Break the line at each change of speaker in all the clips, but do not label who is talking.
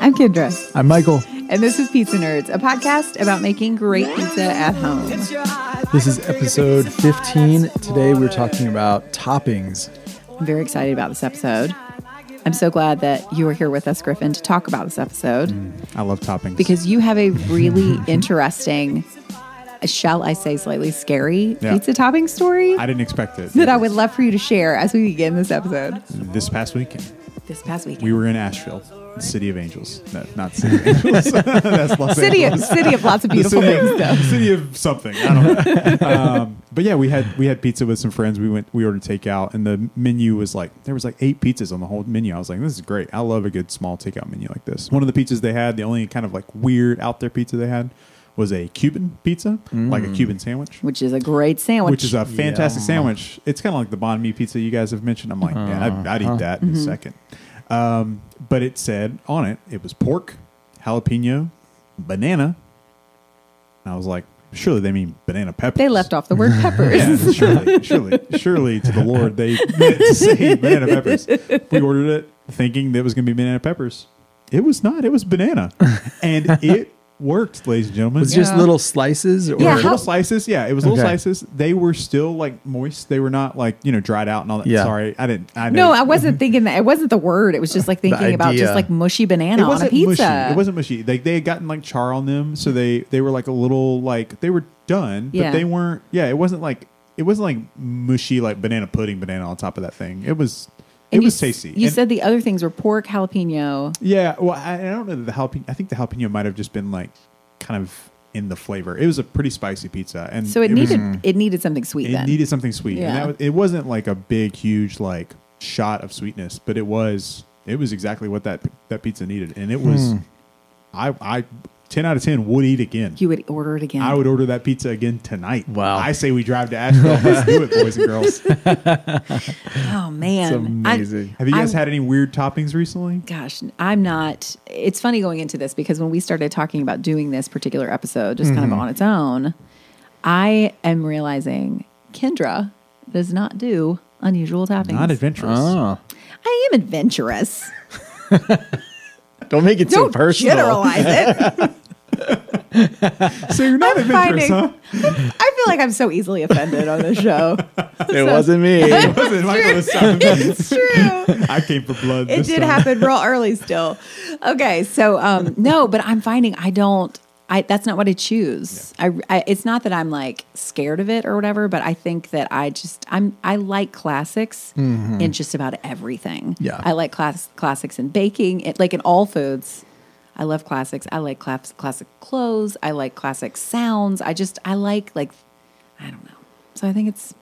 I'm Kendra,
I'm Michael.
and this is Pizza Nerds, a podcast about making great pizza at home.
This is episode 15. Today we're talking about toppings.
I'm very excited about this episode. I'm so glad that you are here with us, Griffin, to talk about this episode
Mm.
I love toppings.
because you have a really interesting, shall I say, slightly scary
Yeah.
pizza topping story
I didn't expect it.
that I would love for you to share as we begin this episode.
This past weekend,
This past week,
we were in Asheville, the city of angels. No, not city of angels. That's Los
city
Angeles.
of, city of lots of beautiful
city,
things, though.
city of something. I don't know. um, but yeah, we had we had pizza with some friends. We went we ordered takeout, and the menu was like there was like eight pizzas on the whole menu. I was like, this is great. I love a good small takeout menu like this. One of the pizzas they had, the only kind of like weird out there pizza they had, was a Cuban pizza, like a Cuban sandwich.
Which is a great sandwich.
which is a fantastic sandwich. It's kind of like the banh mi pizza you guys have mentioned. I'm like, yeah, I'd, I'd eat that in
Mm-hmm.
a second. Um, but it said on it, it was pork, jalapeno, banana. And I was like, surely they mean banana peppers.
they left off the word peppers.
Yeah, surely, surely, surely to the Lord they meant to say banana peppers. We ordered it thinking that it was going to be banana peppers. It was not. It was banana, and it worked, ladies and gentlemen.
It's just
Yeah.
little slices or
Yeah,
Or
how-
little slices. Yeah, it was little
Okay.
slices. They were still like moist. They were not like you know dried out and all that.
Yeah.
Sorry, I didn't. I
No,
know.
I wasn't thinking that. It wasn't the word. It was just like thinking about just
idea.
like mushy banana
it
on a
wasn't
pizza.
mushy. It wasn't mushy. They they had gotten like char on them, so they they were like a little like they were done,
Yeah.
but they weren't. Yeah, it wasn't like it wasn't like mushy like banana pudding banana on top of that thing. It was
And
it
you
was
s-
tasty.
You
And- Mm,
said the other things were pork, jalapeno.
yeah. Well, I, I don't know that the jalapeno. I think the jalapeno might have just been like kind of in the flavor. It was a pretty spicy pizza, and
So it,
was- Mm.
needed it needed something sweet
it
then.
needed something sweet.
Yeah.
And that was, it wasn't like a big, huge like shot of sweetness, but it was it was exactly what that that pizza needed, and it was I I ten out of ten would eat again.
you would order it again.
I would order that pizza again tonight.
Wow.
I say we drive to Asheville. Let's do it, boys and girls.
oh man. I-
amazing.
Have you guys
I'm-
had any weird toppings recently?
gosh, I'm not it's funny going into this because when we started talking about doing this particular episode just
Mm-hmm.
kind of on its own, I am realizing Kendra does not do unusual toppings.
Not adventurous.
Oh.
I am adventurous.
Don't make it so
Don't
personal.
generalize it.
So you're not
I'm finding-
adventurous, huh?
I feel like I'm so easily offended on this show.
It wasn't me.
Was it? Michael was sounding-
It's true.
I came for blood.
It
this
did
time.
happen real early still. Okay, so um no, but I'm finding I don't I that's not what I choose. I, I it's not that I'm like scared of it or whatever, but I think that I just I'm I like classics
Mm-hmm.
in just about everything.
Yeah.
I like class classics in baking, it, like in all foods. I love classics. I like class, classic clothes. I like classic sounds. I just I like like I don't know. So I think it's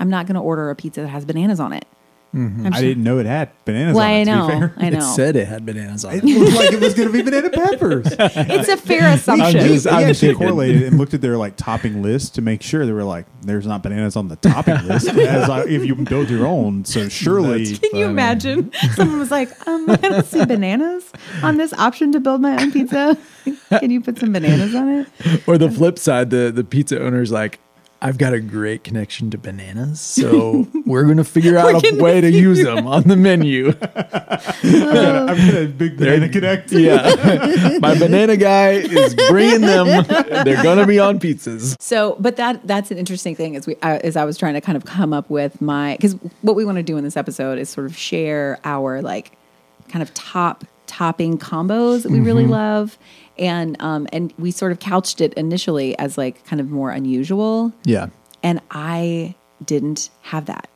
I'm not going to order a pizza that has bananas on it. I'm
I
sure-
didn't know it had bananas
well,
on it,
I
to be
know.
fair.
I know.
It said it had bananas on
It
it.
looked like it was going to be banana peppers.
It's a fair
We-
assumption.
I'm
we-
just-
we
I'm
actually
thinking.
correlated and looked at their like topping list to make sure they were like, there's not bananas on the topping list. As I, if you build your own, so surely
Can you imagine? Someone was like, um, I don't see bananas on this option to build my own pizza. Can you put some bananas on it?
Or the flip side, the, the pizza owner's like, I've got a great connection to bananas, so we're going to figure out a
gonna
way to use them on the menu.
I'm gonna big banana connect.
Yeah. My banana guy is bringing them. They're going to be on pizzas.
So, but that that's an interesting thing as we uh, as I was trying to kind of come up with my because what we want to do in this episode is sort of share our like kind of top topping combos that we really love, and um and we sort of couched it initially as like kind of more unusual,
Yeah.
and I didn't have that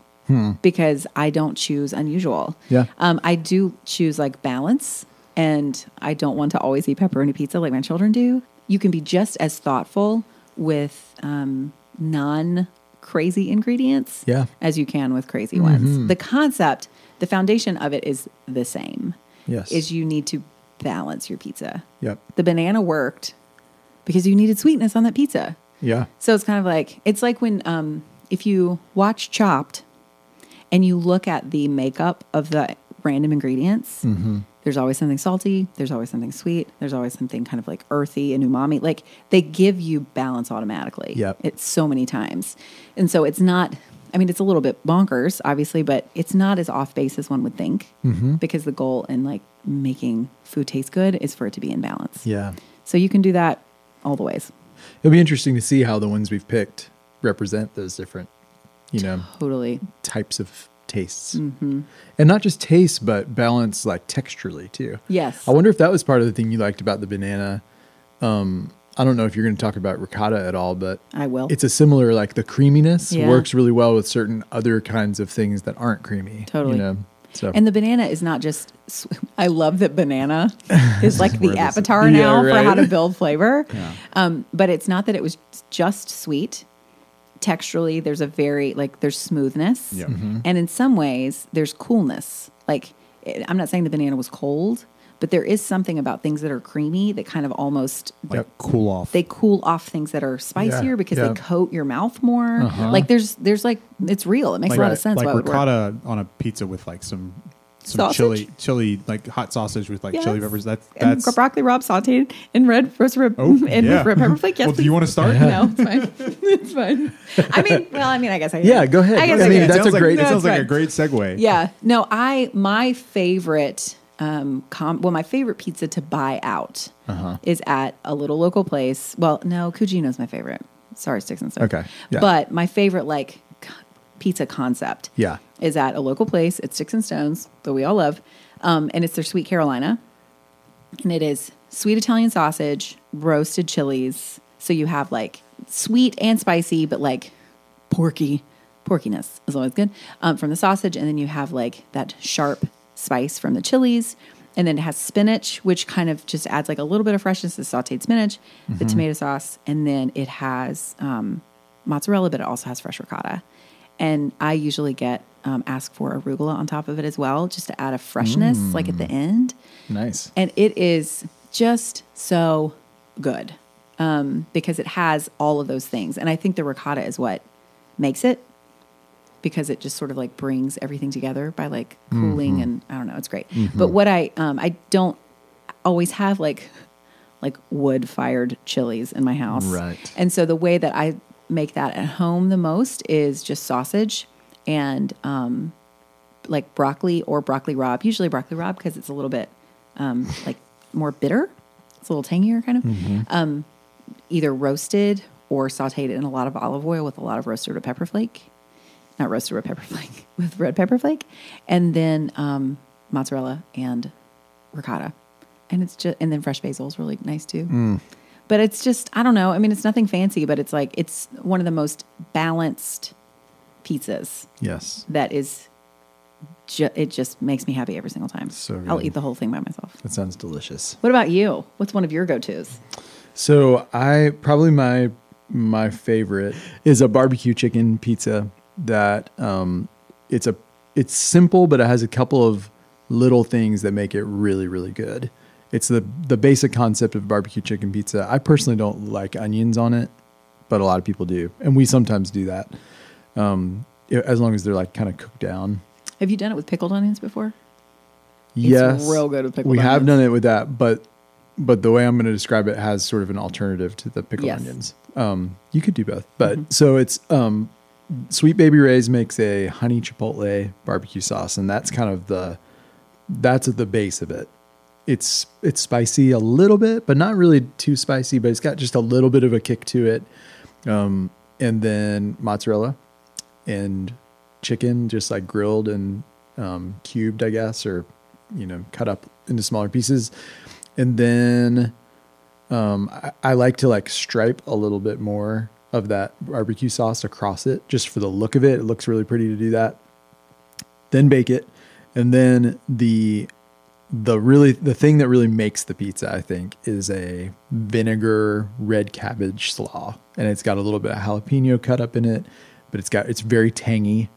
because I don't choose unusual.
Hmm. Yeah.
um, I do choose like balance, and I don't want to always eat pepperoni pizza like my children do. You can be just as thoughtful with um, non crazy ingredients
Yeah. Mm-hmm.
as you can with crazy ones. The concept, the foundation of it is the same.
Yes.
is you need to balance your pizza.
Yep.
The banana worked because you needed sweetness on that pizza.
Yeah.
So it's kind of like it's like when um, if you watch Chopped and you look at the makeup of the random ingredients, there's always something salty, there's always something sweet, there's always something kind of like earthy and umami. Like they give you balance automatically.
Yep.
It's so many times. And so it's not I mean, it's a little bit bonkers, obviously, but it's not as off base as one would think because the goal in like making food taste good is for it to be in balance.
Yeah.
So you can do that all the ways.
It'll be interesting to see how the ones we've picked represent those different, you know,
Totally.
types of tastes.
Mm-hmm.
And not just taste, but balance like texturally too.
Yes.
I wonder if that was part of the thing you liked about the banana. Um, I don't know if you're going to talk about ricotta at all, but
I will.
it's a similar like the creaminess
Yeah.
works really well with certain other kinds of things that aren't creamy.
Totally.
You know? So
and the banana is not just. s- I love that banana is like
where
the
this is-
avatar
Yeah,
now for
right.
how to build flavor.
Yeah.
Um, but it's not that it was just sweet. Texturally, there's a very like there's smoothness,
Yeah. Mhm.
and in some ways there's coolness. Like it, I'm not saying the banana was cold, but there is something about things that are creamy that kind of almost
Like cool off.
they cool off things that are spicier
Yeah,
because
yeah.
they coat your mouth more. Like there's there's like it's real. It makes
Uh-huh. like,
a lot
Right.
of sense.
like
why it would work.
ricotta on a pizza with like some some
Sausage?
chili chili like hot sausage with like chili
Yes.
peppers. That's
and
that's
broccoli rob sauteed in red roast rib
Oh,
and
yeah.
red pepper flake. Yes,
Well, do
please.
you want to start?
No, it's fine. it's fine. I mean, well, I mean, I guess I.
Yeah, go ahead.
I guess
I
I,
mean,
could.
that's
it
a
sounds like-
great-
It sounds
That's
like a
right.
great segue.
Yeah. No, I my favorite um com well my favorite pizza to buy out
Uh-huh.
is at a little local place. Well, no, Cugino's my favorite. Sorry, sticks and stones.
Okay, yeah.
But my favorite like c- pizza concept.
Yeah.
Is at a local place. It's Sticks and Stones that we all love, um, and it's their Sweet Carolina, and it is sweet Italian sausage, roasted chilies. So you have like sweet and spicy, but like porky porkiness is always good um, from the sausage and then you have like that sharp spice from the chilies and then it has spinach which kind of just adds like a little bit of freshness to the sauteed spinach the tomato sauce and then it has um, mozzarella but it also has fresh ricotta and i usually get um, ask for arugula on top of it as well just to add a freshness like at the end
nice.
and it is just so good um, because it has all of those things. And I think the ricotta is what makes it because it just sort of like brings everything together by like cooling and I don't know, it's great. But what I um, I don't always have like like wood fired chilies in my house.
Right.
And so the way that I make that at home the most is just sausage and um, like broccoli or broccoli rob, usually broccoli rob because it's a little bit um, like more bitter. It's a little tangier kind of. Um, either roasted or sauteed in a lot of olive oil with a lot of roasted red pepper flake. Not roasted red pepper flake, with red pepper flake. And then um, mozzarella and ricotta. And it's just, and then fresh basil is really nice too.
Mm.
But it's just, I don't know. I mean, it's nothing fancy, but it's like, it's one of the most balanced pizzas
Yes.
that is ju- it just makes me happy every single time.
So
I'll
good.
eat the whole thing by myself.
That sounds delicious.
What about you? What's one of your go-tos?
So I probably my my favorite is a barbecue chicken pizza that um it's a it's simple but it has a couple of little things that make it really really good. It's the the basic concept of barbecue chicken pizza. I personally don't like onions on it, but a lot of people do, and we sometimes do that. Um, as long as they're like kind of cooked down.
Have you done it with pickled onions before?
yes,
real good with pickled
We have
onions.
done it with that, but but the way I'm going to describe it has sort of an alternative to the pickled
Yes. Mm-hmm.
onions. Um, you could do both, but so it's um, Sweet Baby Ray's makes a honey chipotle barbecue sauce, and that's kind of the that's at the base of it. It's it's spicy a little bit, but not really too spicy. But it's got just a little bit of a kick to it, um, and then mozzarella and chicken, just like grilled and um, cubed, I guess, or you know, cut up into smaller pieces, and then um, I, I like to like stripe a little bit more of that barbecue sauce across it, just for the look of it. It looks really pretty to do that. Then bake it, and then the the really the thing that really makes the pizza, I think, is a vinegar red cabbage slaw, and it's got a little bit of jalapeno cut up in it, but it's got it's very tangy,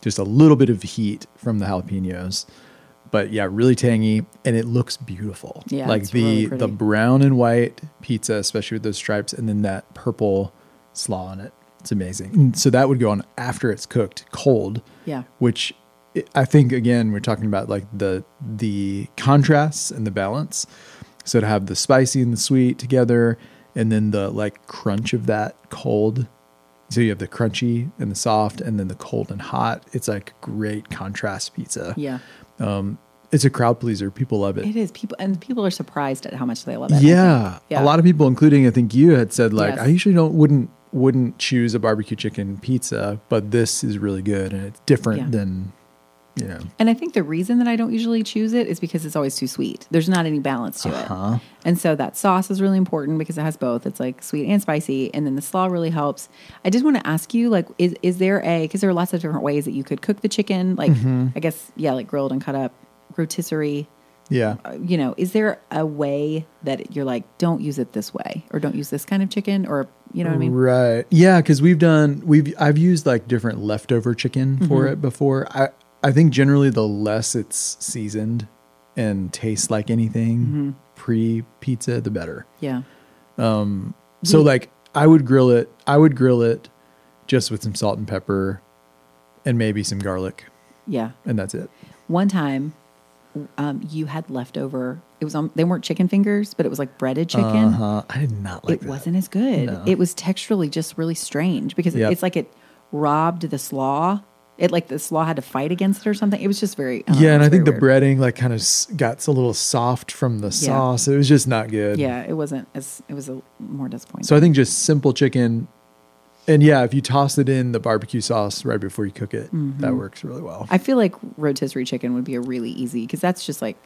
just a little bit of heat from the jalapenos, but yeah, really tangy, and it looks beautiful.
Yeah,
like
it's
the
really
the
pretty.
brown and white pizza, especially with those stripes, and then that purple slaw on it. It's amazing. And so that would go on after it's cooked, cold.
Yeah.
Which i- I think again we're talking about like the the contrasts and the balance. So to have the spicy and the sweet together, and then the like crunch of that cold. So you have the crunchy and the Uh, soft, and then the cold and hot. It's like great contrast pizza
Yeah.
it's a crowd pleaser. People love it.
It is people, and people are surprised at how much they love it. I think.
yeah,
yeah.
a lot of people, including I think you, had said like
Yes.
I usually don't wouldn't wouldn't choose a barbecue chicken pizza, but this is really good and it's different
Yeah.
than you know.
And I think the reason that I don't usually choose it is because it's always too sweet. There's not any balance to it. And so that sauce is really important because it has both. It's like sweet and spicy. And then the slaw really helps. I did want to ask you, like, is, is there a, because there are lots of different ways that you could cook the chicken. Like, I guess, yeah, like grilled and cut up, rotisserie.
Yeah,
Uh, You know, is there a way that you're like, don't use it this way or don't use this kind of chicken or, you know what I mean?
right. Yeah, because we've done we've I've used like different leftover chicken for
Mm-hmm.
it before. I I think generally the less it's seasoned and tastes like anything
Mm-hmm.
pre pizza, the better.
Yeah.
So like I would grill it. I would grill it just with some salt and pepper, and maybe some garlic,
Yeah.
and that's it.
One time, um, you had leftover. It was on. They weren't chicken fingers, but it was like breaded chicken.
Uh-huh. I did not like
it
that.
wasn't as good. It was texturally just really strange because
Yep.
it's like it robbed the slaw. It like the slaw had to fight against it or something. It was just very I don't know,
Yeah,
it
and
was
I think the
very weird.
breading like kind of got a little soft from the sauce. It was just not good.
Yeah, it wasn't as it was a more disappointing.
So I think just simple chicken, and yeah, if you toss it in the barbecue sauce right before you cook it, that works really well.
Mm-hmm. I feel like rotisserie chicken would be a really easy because that's just like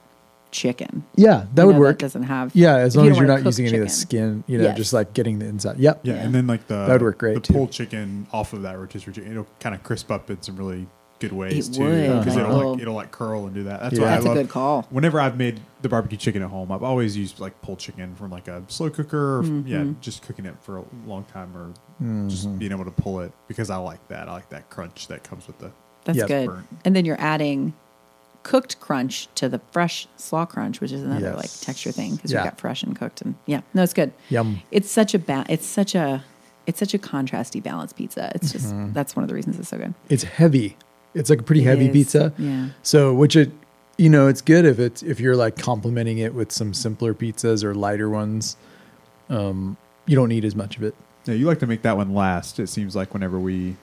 chicken.
yeah, that
You
would
know,
work.
doesn't have
yeah, as
you
long
don't
as you're
wanna
not
cook
using any of the
chicken.
skin, you know,
Yes.
just like getting the inside. Yep.
Yeah,
Yeah.
and then like the
That would work great,
The
too.
pulled chicken off of that rotisserie chicken, it'll kind of crisp up in some really good ways
It
too,
would,
because
like
it'll
little-
like it'll like curl and do that. That's
Yeah.
why
That's
I
a
love.
good call.
Whenever I've made the barbecue chicken at home, I've always used like pulled chicken from like a slow cooker, or yeah,
Mm-hmm.
just cooking it for a long time or just being able to pull it because I like that. I like that crunch that comes with the.
That's
Yes.
good.
Burnt.
And then you're adding cooked crunch to the fresh slaw crunch, which is another
Yes.
like texture thing because
Yeah.
you've got fresh and cooked and yeah, no, it's good.
Yum.
It's such a ba- it's such a it's such a contrasty balanced pizza. It's just
Mm-hmm.
that's one of the reasons it's so good.
it's heavy. It's like a pretty
It
heavy
is,
pizza.
yeah.
So which it you know, it's good if it's if you're like complementing it with some simpler pizzas or lighter ones. Um, you don't need as much of it.
Yeah, you like to make that one last. It seems like whenever we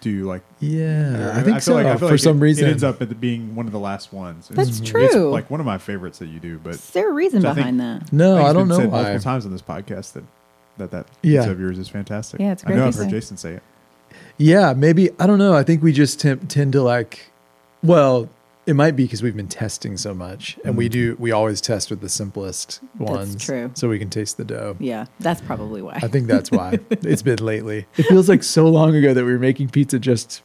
do like.
Yeah. Uh, I,
feel
think so.
like- I feel
for
like
some
it-
reason
it ends up at being one of the last ones.
That's
It's
true.
like one of my favorites that you do, but
Is there a reason
So I
behind
think-
that?
No,
think
I,
it's
don't
been
know
Said
why.
multiple times on this podcast that that that
Yeah.
pizza of yours is fantastic.
Yeah, it's a
I know
great
I've heard
pizza.
Jason say it.
Yeah, maybe I don't know. I think we just temp, tend to like well, it might be because we've been testing so much and we do we always test with the simplest ones.
Mm. true.
So we can taste the dough.
Yeah, that's probably why.
I think that's why it's been lately. It feels like so long ago that we were making pizza just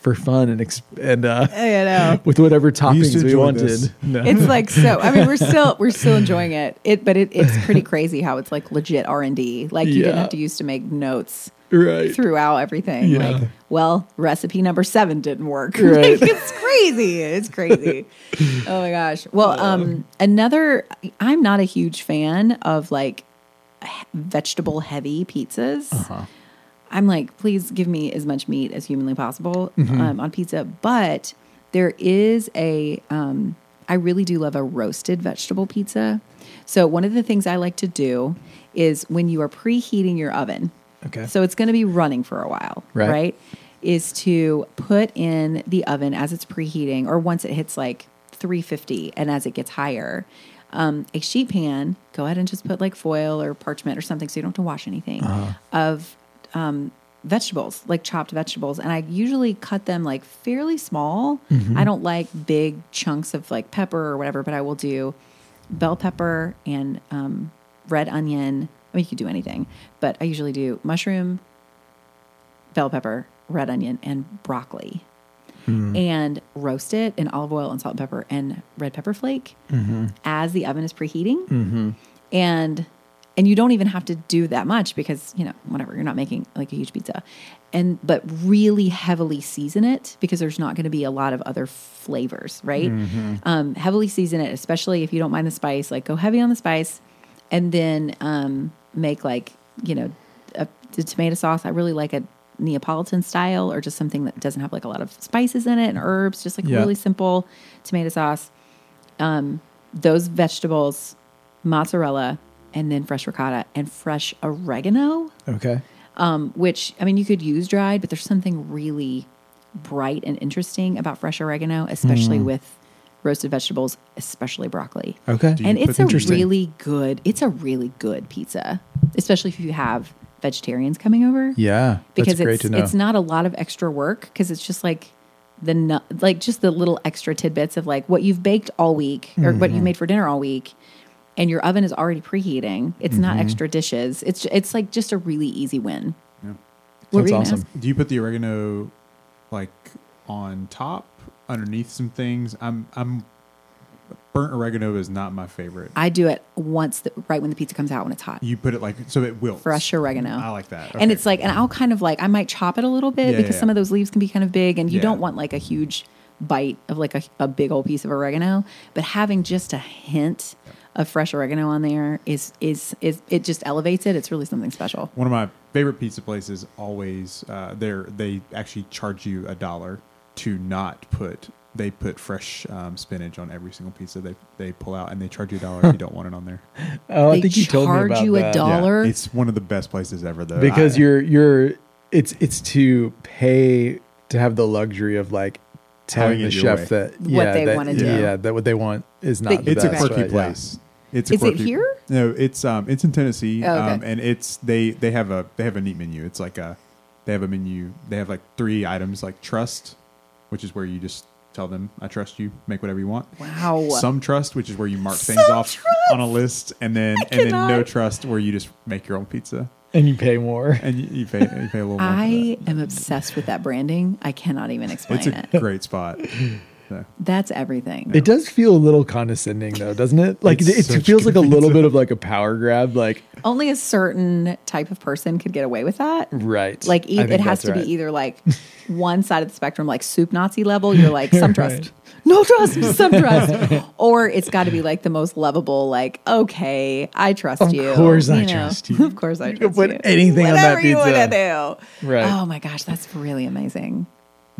for fun and ex- and uh,
I know.
with whatever
used to
toppings we
enjoy
wanted.
this.
No.
It's like so. I mean, we're still we're still enjoying it. It, but it, it's pretty crazy how it's like legit R and D. Like you didn't
Yeah.
have to use to make notes.
right.
throughout everything.
Yeah.
Like, well, recipe number seven didn't work.
Right.
Like, it's crazy. It's crazy. oh my gosh. Well, um, another. I'm not a huge fan of like vegetable heavy pizzas. I'm like, please give me as much meat as humanly possible um, on pizza. But there is a, um, I really do love a roasted vegetable pizza. So one of the things I like to do is when you are preheating your oven.
Okay.
So it's going to be running for a while,
Right.
right? Is to put in the oven as it's preheating or once it hits like 350 and as it gets higher, um, a sheet pan, go ahead and just put like foil or parchment or something so you don't have to wash anything of um, vegetables, like chopped vegetables, and I usually cut them like fairly small. I don't like big chunks of like pepper or whatever, but I will do bell pepper and um, red onion. I mean, you could do anything, but I usually do mushroom, bell pepper, red onion, and broccoli. And roast it in olive oil and salt and pepper and red pepper flake as the oven is preheating and and you don't even have to do that much because you know whatever you're not making like a huge pizza and but really heavily season it because there's not going to be a lot of other flavors right um, heavily season it especially if you don't mind the spice like go heavy on the spice and then um, make like you know a, the tomato sauce i really like a neapolitan style or just something that doesn't have like a lot of spices in it and herbs just like
Yeah.
really simple tomato sauce those vegetables, mozzarella, and then fresh ricotta and fresh oregano,
Okay.
um, which I mean, you could use dried,
Hmm.
but there's something really bright and interesting about fresh oregano, especially with roasted vegetables, especially broccoli.
Okay.
Uh, Do you
And it's
put-
a
Interesting.
really good, it's a really good pizza, especially if you have vegetarians coming over.
Yeah.
Because
that's great
it's
to know.
it's not a lot of extra work because it's just like the nu- like just the little extra tidbits of like what you've baked all week or what
Mm-hmm.
you made for dinner all week and your oven is already preheating. It's not
Mm-hmm.
extra dishes. It's it's like just a really easy win.
Yeah.
What were
That's
you gonna
awesome.
ask?
Do you put the oregano like on top, underneath some things? I'm I'm burnt oregano is not my favorite.
I do it once the, right when the pizza comes out when it's hot.
you put it like so it wilts.
fresh oregano.
I like that.
And
Okay.
it's like, and I'll kind of like, I might chop it a little bit
Yeah,
because
yeah,
some
yeah.
of those leaves can be kind of big and you
Yeah.
don't want like a huge bite of like a, a big old piece of oregano, but having just a hint of fresh oregano on there is, is, is, it just elevates it. It's really something special.
One of my favorite pizza places always uh, they they actually charge you a dollar to not put they put fresh um, spinach on every single pizza they they pull out and they charge you a dollar if you don't want it on there.
oh, I
they
think you told me
charge
about
you a
that.
dollar.
It's one of the best places ever though.
because
I-
you're you're it's it's to pay to have the luxury of like telling
Having
the
it your
chef
way.
that
What
yeah,
they
that,
wanna
yeah,
do.
that what they want is not
That
the
you
it's a
best,
quirky
right? Yeah.
place. It's a
Is it
quirky-
here?
No, it's um it's in Tennessee.
Oh, okay.
um, and it's they they have a they have a neat menu. It's like a they have a menu. They have like three items like trust, which is where you just tell them I trust you, make whatever you want.
Wow.
Some trust, which is where you mark things
Some
off on a list, and then and then no
cannot.
trust, where you just make your own pizza
and you pay more.
and you, you pay you pay a little more. for
I am obsessed with that branding. I cannot even
that.
explain
It's a
it.
great spot. Yeah.
That's everything.
It does feel a little condescending though, doesn't it? Like
It's
it,
such
it feels like a
good
little
pizza.
bit of like a power grab. Like
Only a certain type of person could get away with that.
right,
Like e-
I think
it has
that's
to
right.
be either like one side of the spectrum, like soup Nazi level. You're like some trust,
Right.
no trust, some trust, or it's got to be like the most lovable. Like okay, I trust
Of
you.
course I trust you.
of course I
You
trust
can put
you.
anything on that
Whatever you wanna do.
Right. Um,
Oh my gosh, that's really amazing.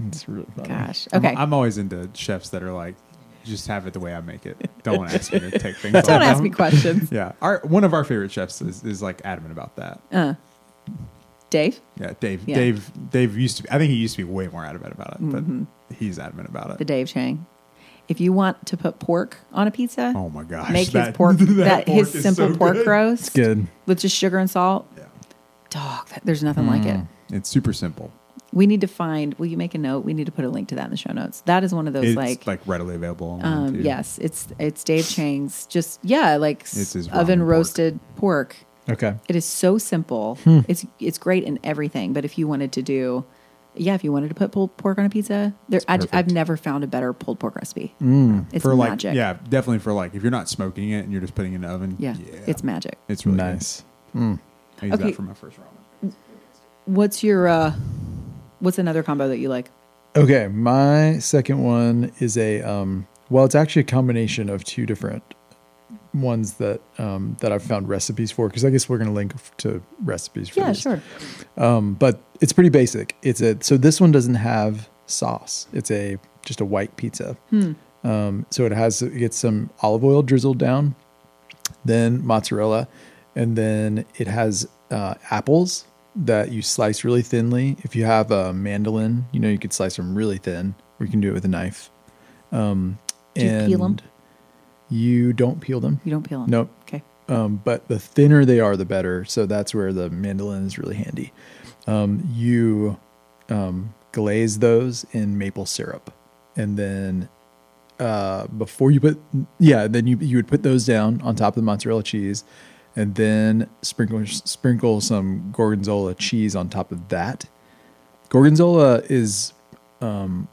It's really funny.
e- Gosh.
I'm-
Okay.
I'm, always into chefs that are like, just have it the way I make it. Don't ask me to take things. off.
Don't ask me questions,
Yeah, our one of our favorite chefs is, is like adamant about that.
Dave.
Yeah, Dave.
Uh, Yeah.
Dave. Dave used to. Be, I think he used to be way more adamant about it, but he's adamant about it.
Mm-hmm. The Dave Chang. If you want to put pork on a pizza,
oh my gosh!
make his pork that,
pork
his
is
simple
so
pork
good.
roast
good.
with just sugar and salt.
Yeah,
Dog, that, there's nothing like it.
it's super simple.
We need to find. Will you make a note? We need to put a link to that in the show notes. That is one of those
It's
like,
like, readily available. Online
um,
too.
yes, it's it's Dave Chang's. Just yeah, like s-
It's his ramen
oven
pork.
roasted pork.
Okay.
It is so simple. It's it's great in everything. But if you wanted to do, yeah, if you wanted to put pulled pork on a pizza, there I,
perfect.
have never found a better pulled pork recipe. It's
for like
magic.
yeah, definitely for like if you're not smoking it and you're just putting it in the oven.
yeah, it's magic.
It's really
Nice.
Good. I use
Okay.
that for my first ramen.
What's your uh, what's another combo that you like?
Okay, my second one is a um well, it's actually a combination of two different ones that um that I've found recipes for because I guess we're going to link f- to recipes for
Yeah,
this.
sure.
Um but it's pretty basic. It's a so this one doesn't have sauce. It's a just a white pizza.
Hmm.
Um so it has it gets some olive oil drizzled down, then mozzarella, and then it has uh apples that you slice really thinly. If you have a mandolin, you know you could slice them really thin or you can do it with a knife. Um
Do you peel 'em?
and You don't peel them.
You don't peel them.
Nope.
Okay.
Um, but the thinner they are, the better. So that's where the mandolin is really handy. Um, you um, glaze those in maple syrup, and then uh, before you put, yeah, then you you would put those down on top of the mozzarella cheese, and then sprinkle sprinkle some gorgonzola cheese on top of that. Gorgonzola is, um,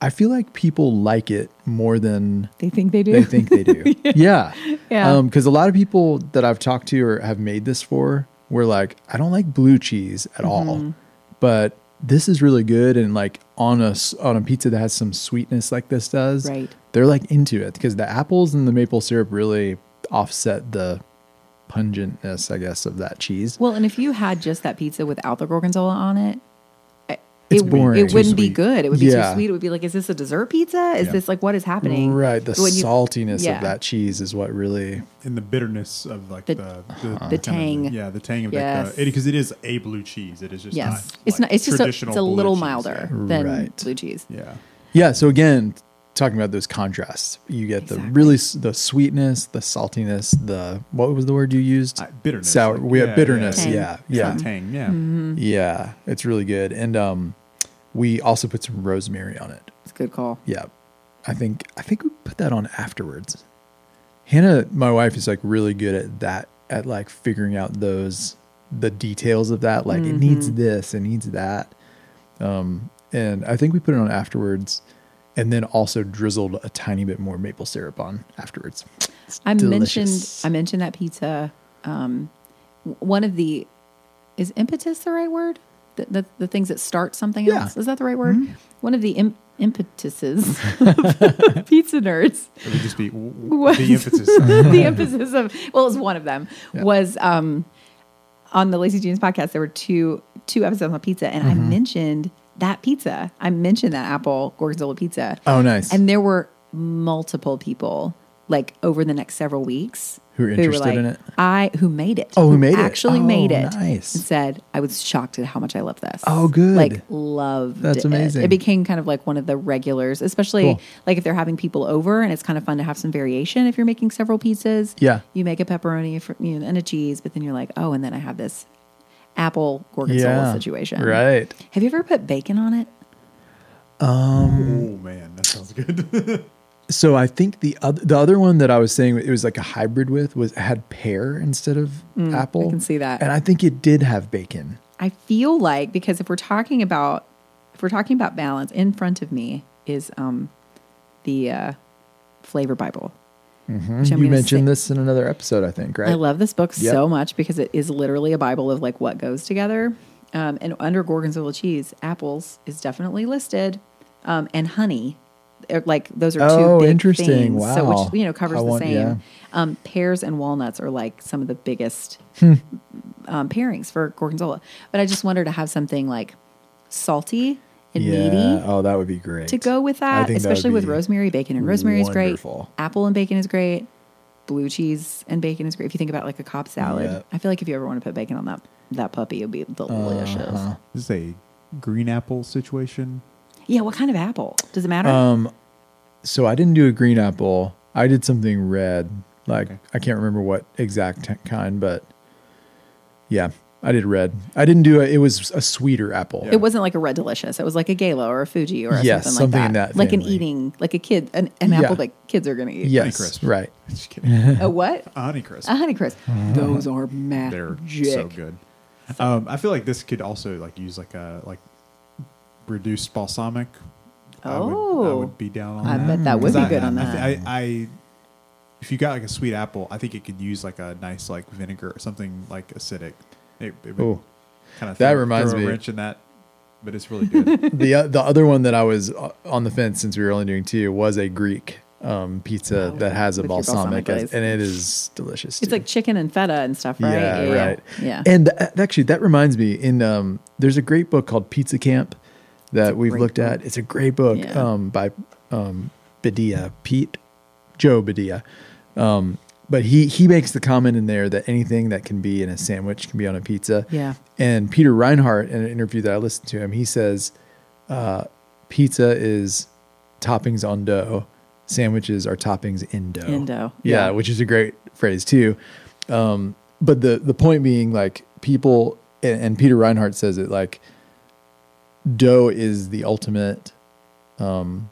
I feel like people like it more than
They think they do.
they think they do. yeah.
Yeah.
Because a lot of people that I've talked to or have made this for were like, I don't like blue cheese at
Mm-hmm.
all, but this is really good. And like on a, s- on a pizza that has some sweetness like this does,
Right.
they're like into it because the apples and the maple syrup really offset the pungentness, I guess, of that cheese.
Well, and if you had just that pizza without the gorgonzola on it, I-
It's
it,
boring.
it
Too
wouldn't be
sweet.
good. It would be
Yeah.
too sweet. It would be like, is this a dessert pizza? Is
Yeah.
this like what is happening?
Right. The
When you-
saltiness
yeah.
of that cheese is what really,
And the bitterness of like
The-
the the, kind of
tang.
yeah, the tang of
Yes.
like the because it is a blue cheese. It is just
Yes,
Not,
it's
like,
not. It's just a, it's
traditional
a
blue
little
cheese.
milder than
Right.
blue cheese.
Yeah.
yeah. So again, talking about those contrasts. You get the
Exactly.
really s- the sweetness, the saltiness, the what was the word you used?
Uh, bitterness.
Sour.
Like,
we
yeah,
have bitterness.
Tang.
Yeah,
It's
yeah,
not tang. Yeah.
Mm-hmm.
yeah. It's really good, and um, we also put some rosemary on it.
It's a good call.
Yeah. I think I think we put that on afterwards. Hannah, my wife, is like really good at that, at like figuring out those the details of that. Like it
Mm-hmm.
needs this, it needs that. Um, and I think we put it on afterwards and then also drizzled a tiny bit more maple syrup on afterwards. It's
I
delicious.
mentioned I mentioned that pizza. Um, w- one of the is impetus the right word? The the, the things that start something
Yeah. Mm-hmm.
else is that the right word? One of the im- impetuses of pizza nerds.
It would just be w- w-
Was-
the emphasis. Oh,
the emphasis of well, it was one of them was um, on the Lazy Jeans podcast. There were two two episodes on pizza, and
Mm-hmm.
I mentioned that pizza. I mentioned that apple gorgonzola pizza.
Oh, nice.
And there were multiple people like over the next several weeks
Who were interested in it?
I who made it.
Oh, who made it.
Actually
Oh,
made it.
nice.
And said I was shocked at how much I love this.
Oh, good.
Like loved.
That's
it.
amazing.
It became kind of like one of the regulars, especially
Cool.
like if they're having people over, and it's kind of fun to have some variation if you're making several pizzas.
Yeah.
You make a pepperoni for, you know, and a cheese, but then you're like, oh, and then I have this apple gorgonzola situation.
Right.
Have you ever put bacon on it?
oh man, that sounds good.
So I think the other the other one that I was saying it was like a hybrid with was had pear instead of apple.
Mm, I can see that.
and I think it did have bacon.
I feel like because if we're talking about if we're talking about balance, in front of me is um the uh, flavor Bible. which I'm
Mm-hmm. you
gonna
mentioned
say-
this in another episode, I think, right?
I love this book
Yep.
so much because it is literally a Bible of like what goes together. Um, and under gorgonzola cheese, apples is definitely listed, um, and honey. They're, Like those are two
Oh,
big
interesting.
things, so
Wow.
which you know covers
I
the
want-
same.
yeah.
Um, pears and walnuts are like some of the biggest
Hmm.
um, pairings for gorgonzola. But I just wanted to have something like salty and meaty
Oh, that would be great
to go with
I
that,
think would
especially with
be-
rosemary, bacon, and rosemary is
wonderful.
great. Apple and bacon is great. Blue cheese and bacon is great. If you think about like a Cobb salad,
Yeah.
I feel like if you ever want to put bacon on that that puppy, it'd be delicious.
Uh-huh.
This is a green apple situation.
Yeah, what kind of apple? Does it matter?
Um, So I didn't do a green apple. I did something red. Like
Okay.
I can't remember what exact t- kind, but yeah, I did red. I didn't do a, it was a sweeter apple.
it wasn't like a red delicious. It was like a gala or a Fuji or a
Yes,
something,
something
like
in
that.
that
like an
family.
eating, like a kid, an, an
Yeah.
apple that kids are gonna eat.
yes,
crisp.
right.
Just kidding.
A what?
A honey crisp.
A honeycrisp.
Mm-hmm.
Those are
They're
magic.
so good. Um, I feel like this could also like use like a like reduced balsamic. I would, I
Oh.
would be down on
I
that.
bet that would
'Cause
be
I-
good on
I-
that.
I, I, if you got like a sweet apple, I think it could use like a nice like vinegar or something like acidic. It, it would
Ooh.
kind of
That
throw,
reminds
throw
me.
a wrench in that, but it's really good.
the uh, the other one that I was uh, on the fence since we were only doing two was a Greek um, pizza
Oh,
that has a
with your
balsamic,
balsamic
as-
glaze.
and it is delicious.
It's
too.
like chicken and feta and stuff, right?
Yeah, right.
Yeah.
And th- uh, actually, that reminds me. In um, there's a great book called Pizza Camp that we've
great
looked
book.
at. It's a great book
Yeah.
um, by um, Badia Pete Joe Badia. Um, but he he makes the comment in there that anything that can be in a sandwich can be on a pizza.
Yeah.
And Peter Reinhardt, in an interview that I listened to him, he says, uh, "Pizza is toppings on dough. Sandwiches are toppings in dough.
In dough.
Yeah,
Yeah.
which is a great phrase too. Um, but the the point being, like people, and, and Peter Reinhardt says it like, dough is the ultimate um,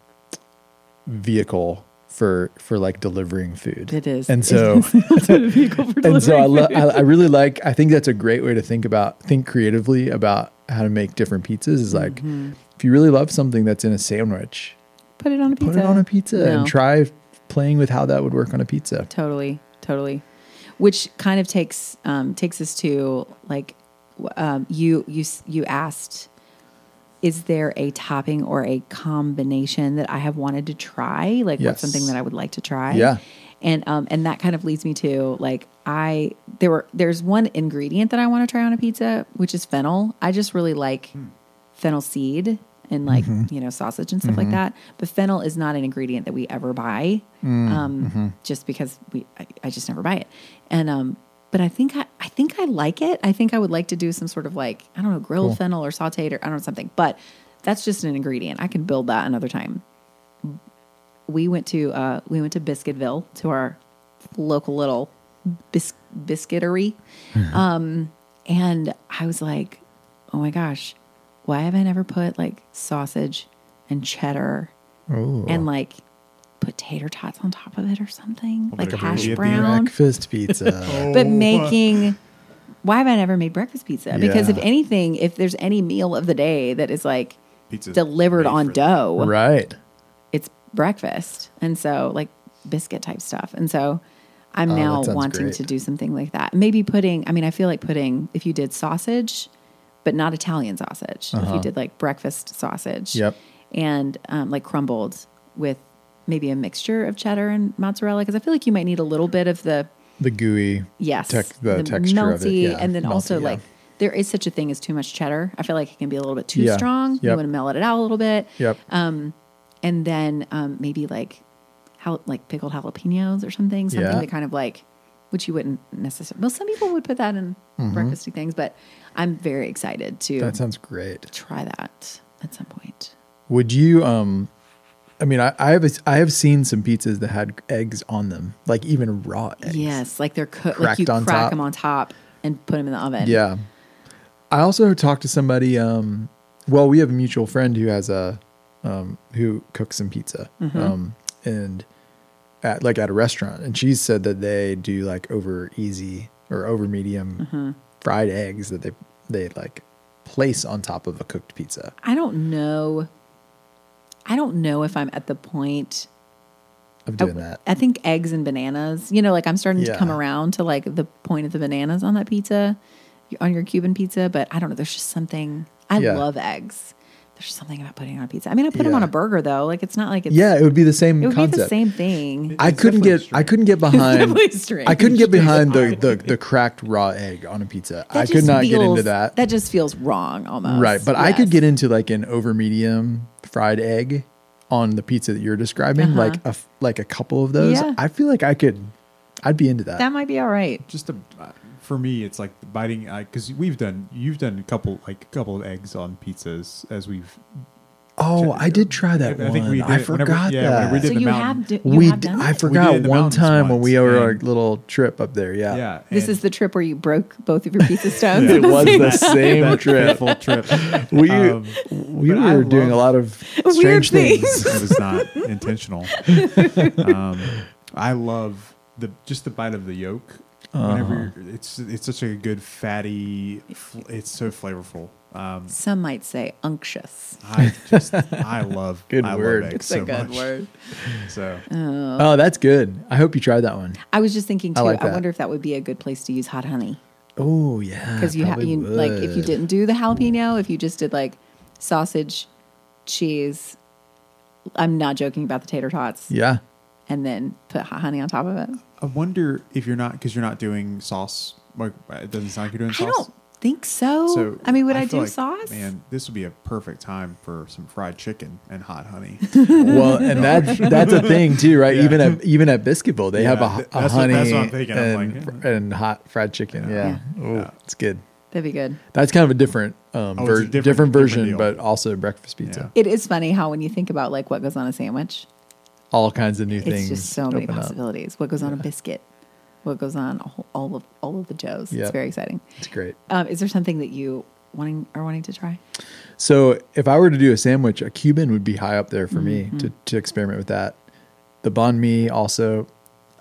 vehicle for for like delivering food.
It is.
and
It
so
is a vehicle for
and so I,
delivering
lo-
food.
I I really like I think that's a great way to think about think creatively about how to make different pizzas is like
Mm-hmm.
if you really love something that's in a sandwich
put it on a pizza.
put it on a pizza
No.
and try playing with how that would work on a pizza
Totally, totally. Which kind of takes um, takes us to like w- um, you you s- you asked, is there a topping or a combination that I have wanted to try? Like
Yes.
what's something that I would like to try?
Yeah.
And um, and that kind of leads me to like I there were there's one ingredient that I want to try on a pizza, which is fennel. I just really like fennel seed and like you know sausage and stuff like that. But fennel is not an ingredient that we ever buy, um, just because we I, I just never buy it. And um, but I think I, I think I like it. I think I would like to do some sort of like I don't know grilled fennel or sautéed or I don't know something. But that's just an ingredient. I can build that another time. we went to uh, we went to Biscuitville to our local little bis- biscuitery,
Hmm.
um, and I was like, oh my gosh, why have I never put like sausage and cheddar
Oh.
and like put tater tots on top of it or something like
like a
hash
Vietnamese
brown?
breakfast pizza.
Oh.
but making why have I never made breakfast pizza? Because if
Yeah.
anything, if there's any meal of the day that is like
Pizza's
delivered
made
on
for that.
dough,
right.
it's breakfast. And so like biscuit type stuff. And so I'm
Oh, that
now
sounds
wanting
great.
to do something like that. Maybe putting, I mean, I feel like putting if you did sausage, but not Italian sausage. If you did like breakfast sausage.
Uh-huh. Yep.
And um, like crumbled with maybe a mixture of cheddar and mozzarella. Cause I feel like you might need a little bit of the
The gooey.
Yes,
tec- the, texture of it.
melty,
Yeah.
and then
Melty,
also
yeah.
like there is such a thing as too much cheddar. I feel like it can be a little bit too
Yeah.
strong. You
Yep.
want to mellow it out a little bit,
Yep.
um, and then um, maybe like how like pickled jalapenos or something, something
Yeah.
to kind of like which you wouldn't necessarily. Well, some people would put that in
Mm-hmm.
breakfasty things, but I'm very excited to
that sounds great.
try that at some point.
Would you um I mean I, I have I have seen some pizzas that had eggs on them, like even raw eggs.
Yes, like they're cooked, like
Cracked
you
on
crack
top.
them on top and put them in the oven.
Yeah. I also talked to somebody um well, we have a mutual friend who has a um who cooks some pizza.
Mm-hmm.
Um and at like at a restaurant and she said that they do like over easy or over medium
Mm-hmm.
fried eggs that they they like place on top of a cooked pizza.
I don't know. I don't know if I'm at the point
of
I-
doing that.
Oh, I think eggs and bananas. You know, like I'm starting to
Yeah.
come around to like the point of the bananas on that pizza, on your Cuban pizza. But I don't know. There's just something. I
Yeah.
love eggs. There's just something about putting it on a pizza. I mean, I put them
Yeah.
on a burger though. Like it's not like it's
Yeah, it would be the same
It would
concept.
be the same thing.
I
It's
couldn't
definitely
get I couldn't get behind
definitely strange.
I couldn't get behind the, the the cracked raw egg on a pizza.
That
I could
just
not get into
feels-
that.
That just feels wrong, almost.
right, but I
Yes.
could get into like an over medium fried egg on the pizza that you're describing,
Uh-huh.
like a f- like a couple of those.
Yeah.
I feel like I could I'd be into that.
That might be all right.
Just a, uh, for me, it's like biting because we've done you've done a couple like a couple of eggs on pizzas as we've.
oh, I did try that
I- I
one.
think we did
I
it whenever-
forgot
yeah,
that.
whenever we
So
did the
you
mountain.
have, d- you
we
have
d-
done
I
that?
forgot
in the
one
mountains
time when
once,
we were our
and-
little trip up there. Yeah.
Yeah,
This
and
is the trip where you broke both of your pizza stones.
Yeah.
in the
Uh, It was
same-
the same
that
trip.
painful trip.
We
Um,
we
but I
were doing
love-
a lot of
Weird
strange things.
things.
it was not intentional. Um, I love the just the bite of the yolk.
Uh-huh.
Whenever you're- it's it's such a good fatty. fl- It's so flavorful. Um,
Some might say unctuous.
I just I love
Good
I
word.
Love eggs
It's
so
a good
much.
word.
So
Oh, that's good. I hope you tried that one.
I was just thinking
I
too. I,
like that.
wonder if that would be a good place to use hot honey
Oh yeah,
because you, ha-
probably
you like if you
would.
didn't do the jalapeno, if you just did like sausage, cheese. I'm not joking about the tater tots,
Yeah,
and then put hot honey on top of it.
I wonder if you're not because you're not doing sauce. Like it doesn't sound like you're doing
I
sauce.
don't think so.
So
I mean, would I,
feel
do
like,
sauce?
Man, this would be a perfect time for some fried chicken and hot honey.
well, and that's that's a thing too, right?
Yeah.
Even at even at Biscuitville, they
Yeah,
have a,
th-
a
that's what-
honey
that's what I'm thinking. I'm
and,
like,
fr- and hot fried chicken. Yeah, Oh,
Yeah.
it's good.
That'd be good.
That's kind of a different um,
Oh, it's a
ver- different,
different-
version,
different
but
deal.
also breakfast pizza.
It is funny how when you think about like what goes on a sandwich,
All kinds of new things.
it's just so many
open up.
possibilities. What goes on a biscuit? What goes on all, all of all of the joes?
Yeah.
It's very exciting.
It's great.
Um, is there something that you wanting are wanting to try?
So if I were to do a sandwich, a Cuban would be high up there for
Mm-hmm.
me to, to experiment with that. The banh mi also,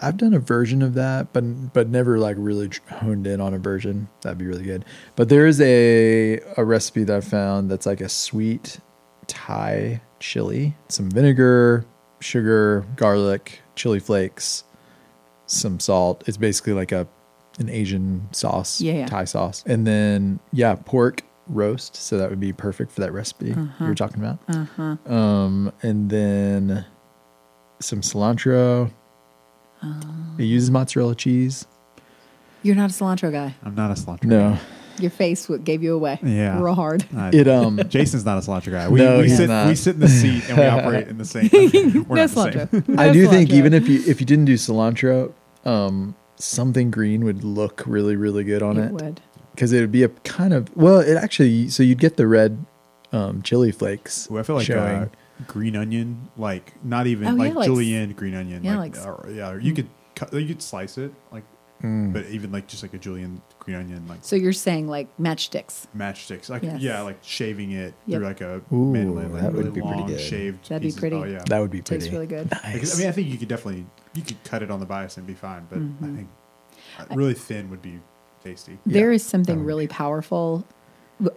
I've done a version of that, but but never like really tr- honed in on a version. That'd be really good. But there is a a recipe that I found that's like a sweet Thai chili, some vinegar, sugar, garlic, chili flakes, some salt. It's basically like a an Asian sauce,
Yeah, yeah.
Thai sauce, and then yeah, pork roast. So that would be perfect for that recipe
Uh-huh.
you were talking about. Um, and then some cilantro.
Oh.
It uses mozzarella cheese.
You're not a cilantro guy.
I'm not a cilantro.
No,
Your face w- gave you away.
Yeah.
Real hard.
I-
it um,
Jason's not a cilantro guy. We,
No,
we
he's
sit
not.
we sit in the seat and we operate in the same. We're
no
not the same.
cilantro. No
I do think
cilantro.
even if you if you didn't do cilantro, um, something green would look really really good on
it,
it.
would.
because it would be a kind of well it actually so you'd get the red um chili flakes
Ooh, I feel like
showing
uh, green onion, like not even
Oh, yeah,
like
like s-
julienne green onion.
yeah,
like,
like s- Mm.
or, yeah, or you could cut, you could slice it like,
Mm.
but even like just like a julienne green onion, like
So you're saying like matchsticks.
matchsticks. Like
Yes.
yeah, like shaving it
Yep.
through like a
Ooh,
mandolin, like
that would
really
be pretty
long
good.
shaved.
That'd be
pieces.
pretty.
Oh yeah,
That would be pretty.
Tastes really good.
Because, I mean, I think you could definitely you could cut it on the bias and be fine, but
Mm-hmm.
I think uh, really thin would be tasty.
There is something
would
really powerful.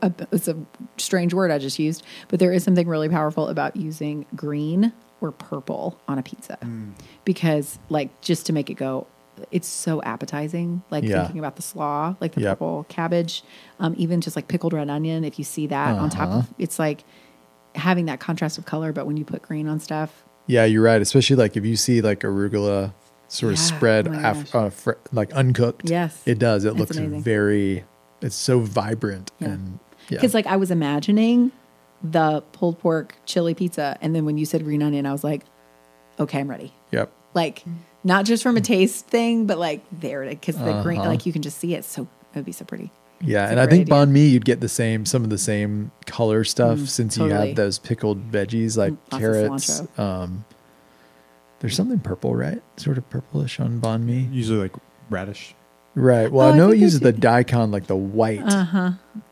uh, It's a strange word I just used, but there is something really powerful about using green or purple on a pizza
Mm.
because, like, just to make it go, it's so appetizing. Like
Yeah.
thinking about the slaw, like the
Yep.
purple cabbage, um, even just like pickled red onion. If you see that on top
Uh-huh.
of, it's like having that contrast of color. But when you put green on stuff,
Yeah, you're right. Especially like if you see like arugula sort of
Yeah,
spread
oh my
af-
gosh.
uh, fr- like uncooked.
Yes.
it does. It
That's
looks
amazing.
very. It's so vibrant
Yeah.
and yeah.
Because like I was imagining the pulled pork chili pizza, and then when you said green onion, I was like, okay, I'm ready.
yep.
Like not just from a taste thing, but like there, because the green,
Mm. Uh-huh.
like you can just see it. So it would be so pretty.
Yeah,
It's a
and I
great
think
idea. Mm,
banh mi you'd get the same some of the same color stuff since you
totally. Mm,
have those pickled veggies like
lots of
carrots.
cilantro.
Um, there's something purple, right? Sort of purplish on banh mi.
Usually like radish.
Right. Well,
Oh,
I
I
know
think
it
they
uses the
do. Uh-huh.
daikon like the white,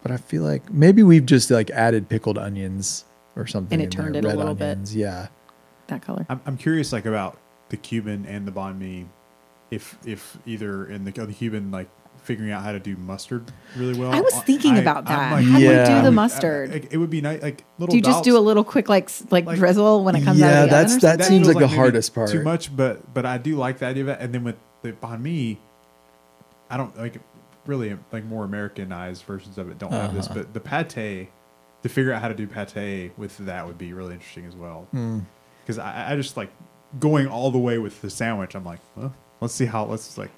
but I feel like maybe we've just like added pickled onions or something.
And it
in there,
turned it a
red
little bit.
onions. Yeah.
That color.
I'm, I'm curious like about the Cuban and the banh mi, if if either in the, the Cuban like figuring out how to do mustard really well.
I was thinking about that.
How do you do
the
I-
mustard?
I- it would be nice. Like little.
Do you just
dollops.
do a little quick like s- like,
Like-
drizzle when it comes
Yeah,
out? Of the
that's-
oven or
that's- That seems
feels
like the
maybe
hardest part.
Too much, but but I do like the idea of it. And then with the banh mi, I don't like really like more Americanized versions of it. Don't have
Uh-huh.
this, but the pate to figure out how to do pate with that would be really interesting as well.
Hmm.
Because I, I just like going all the way with the sandwich. I'm like, well, let's see how let's like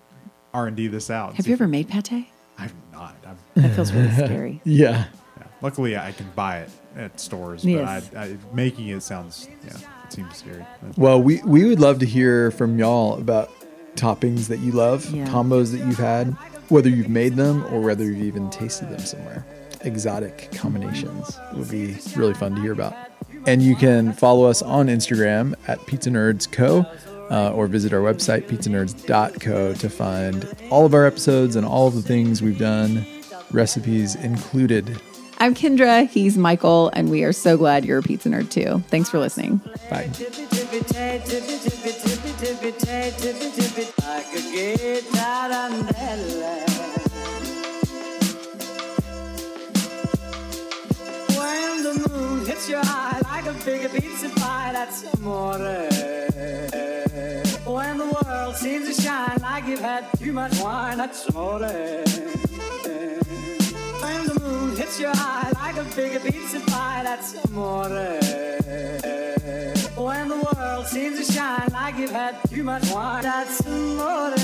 R and D this out. and
Have
see
you
if-
ever made pate?
I've not. I've,
That feels really scary.
Yeah.
yeah. Luckily, I can buy it at stores,
Yes.
but I, I, making it sounds yeah, it seems scary.
Well, we we would love to hear from y'all about toppings that you love,
Yeah.
combos that you've had, whether you've made them or whether you've even tasted them somewhere. Exotic combinations would be really fun to hear about. And you can follow us on Instagram at Pizza Nerds Co. Uh, or visit our website, pizzanerds.co, to find all of our episodes and all of the things we've done, recipes included.
I'm Kendra. He's Michael, and we are so glad you're a pizza nerd too. Thanks for listening.
Bye.
tippy tippy tay, tippy tippy tippy tippy tay, tippy tippy. I could get out on that line. When the moon hits your eye like a big pizza pie, that's amore. When the world seems to shine like you've had too much wine, that's amore. When the moon hits your eye like a big pizza pie, that's amore. When the world seems to shine like you've had too much wine, that's amore.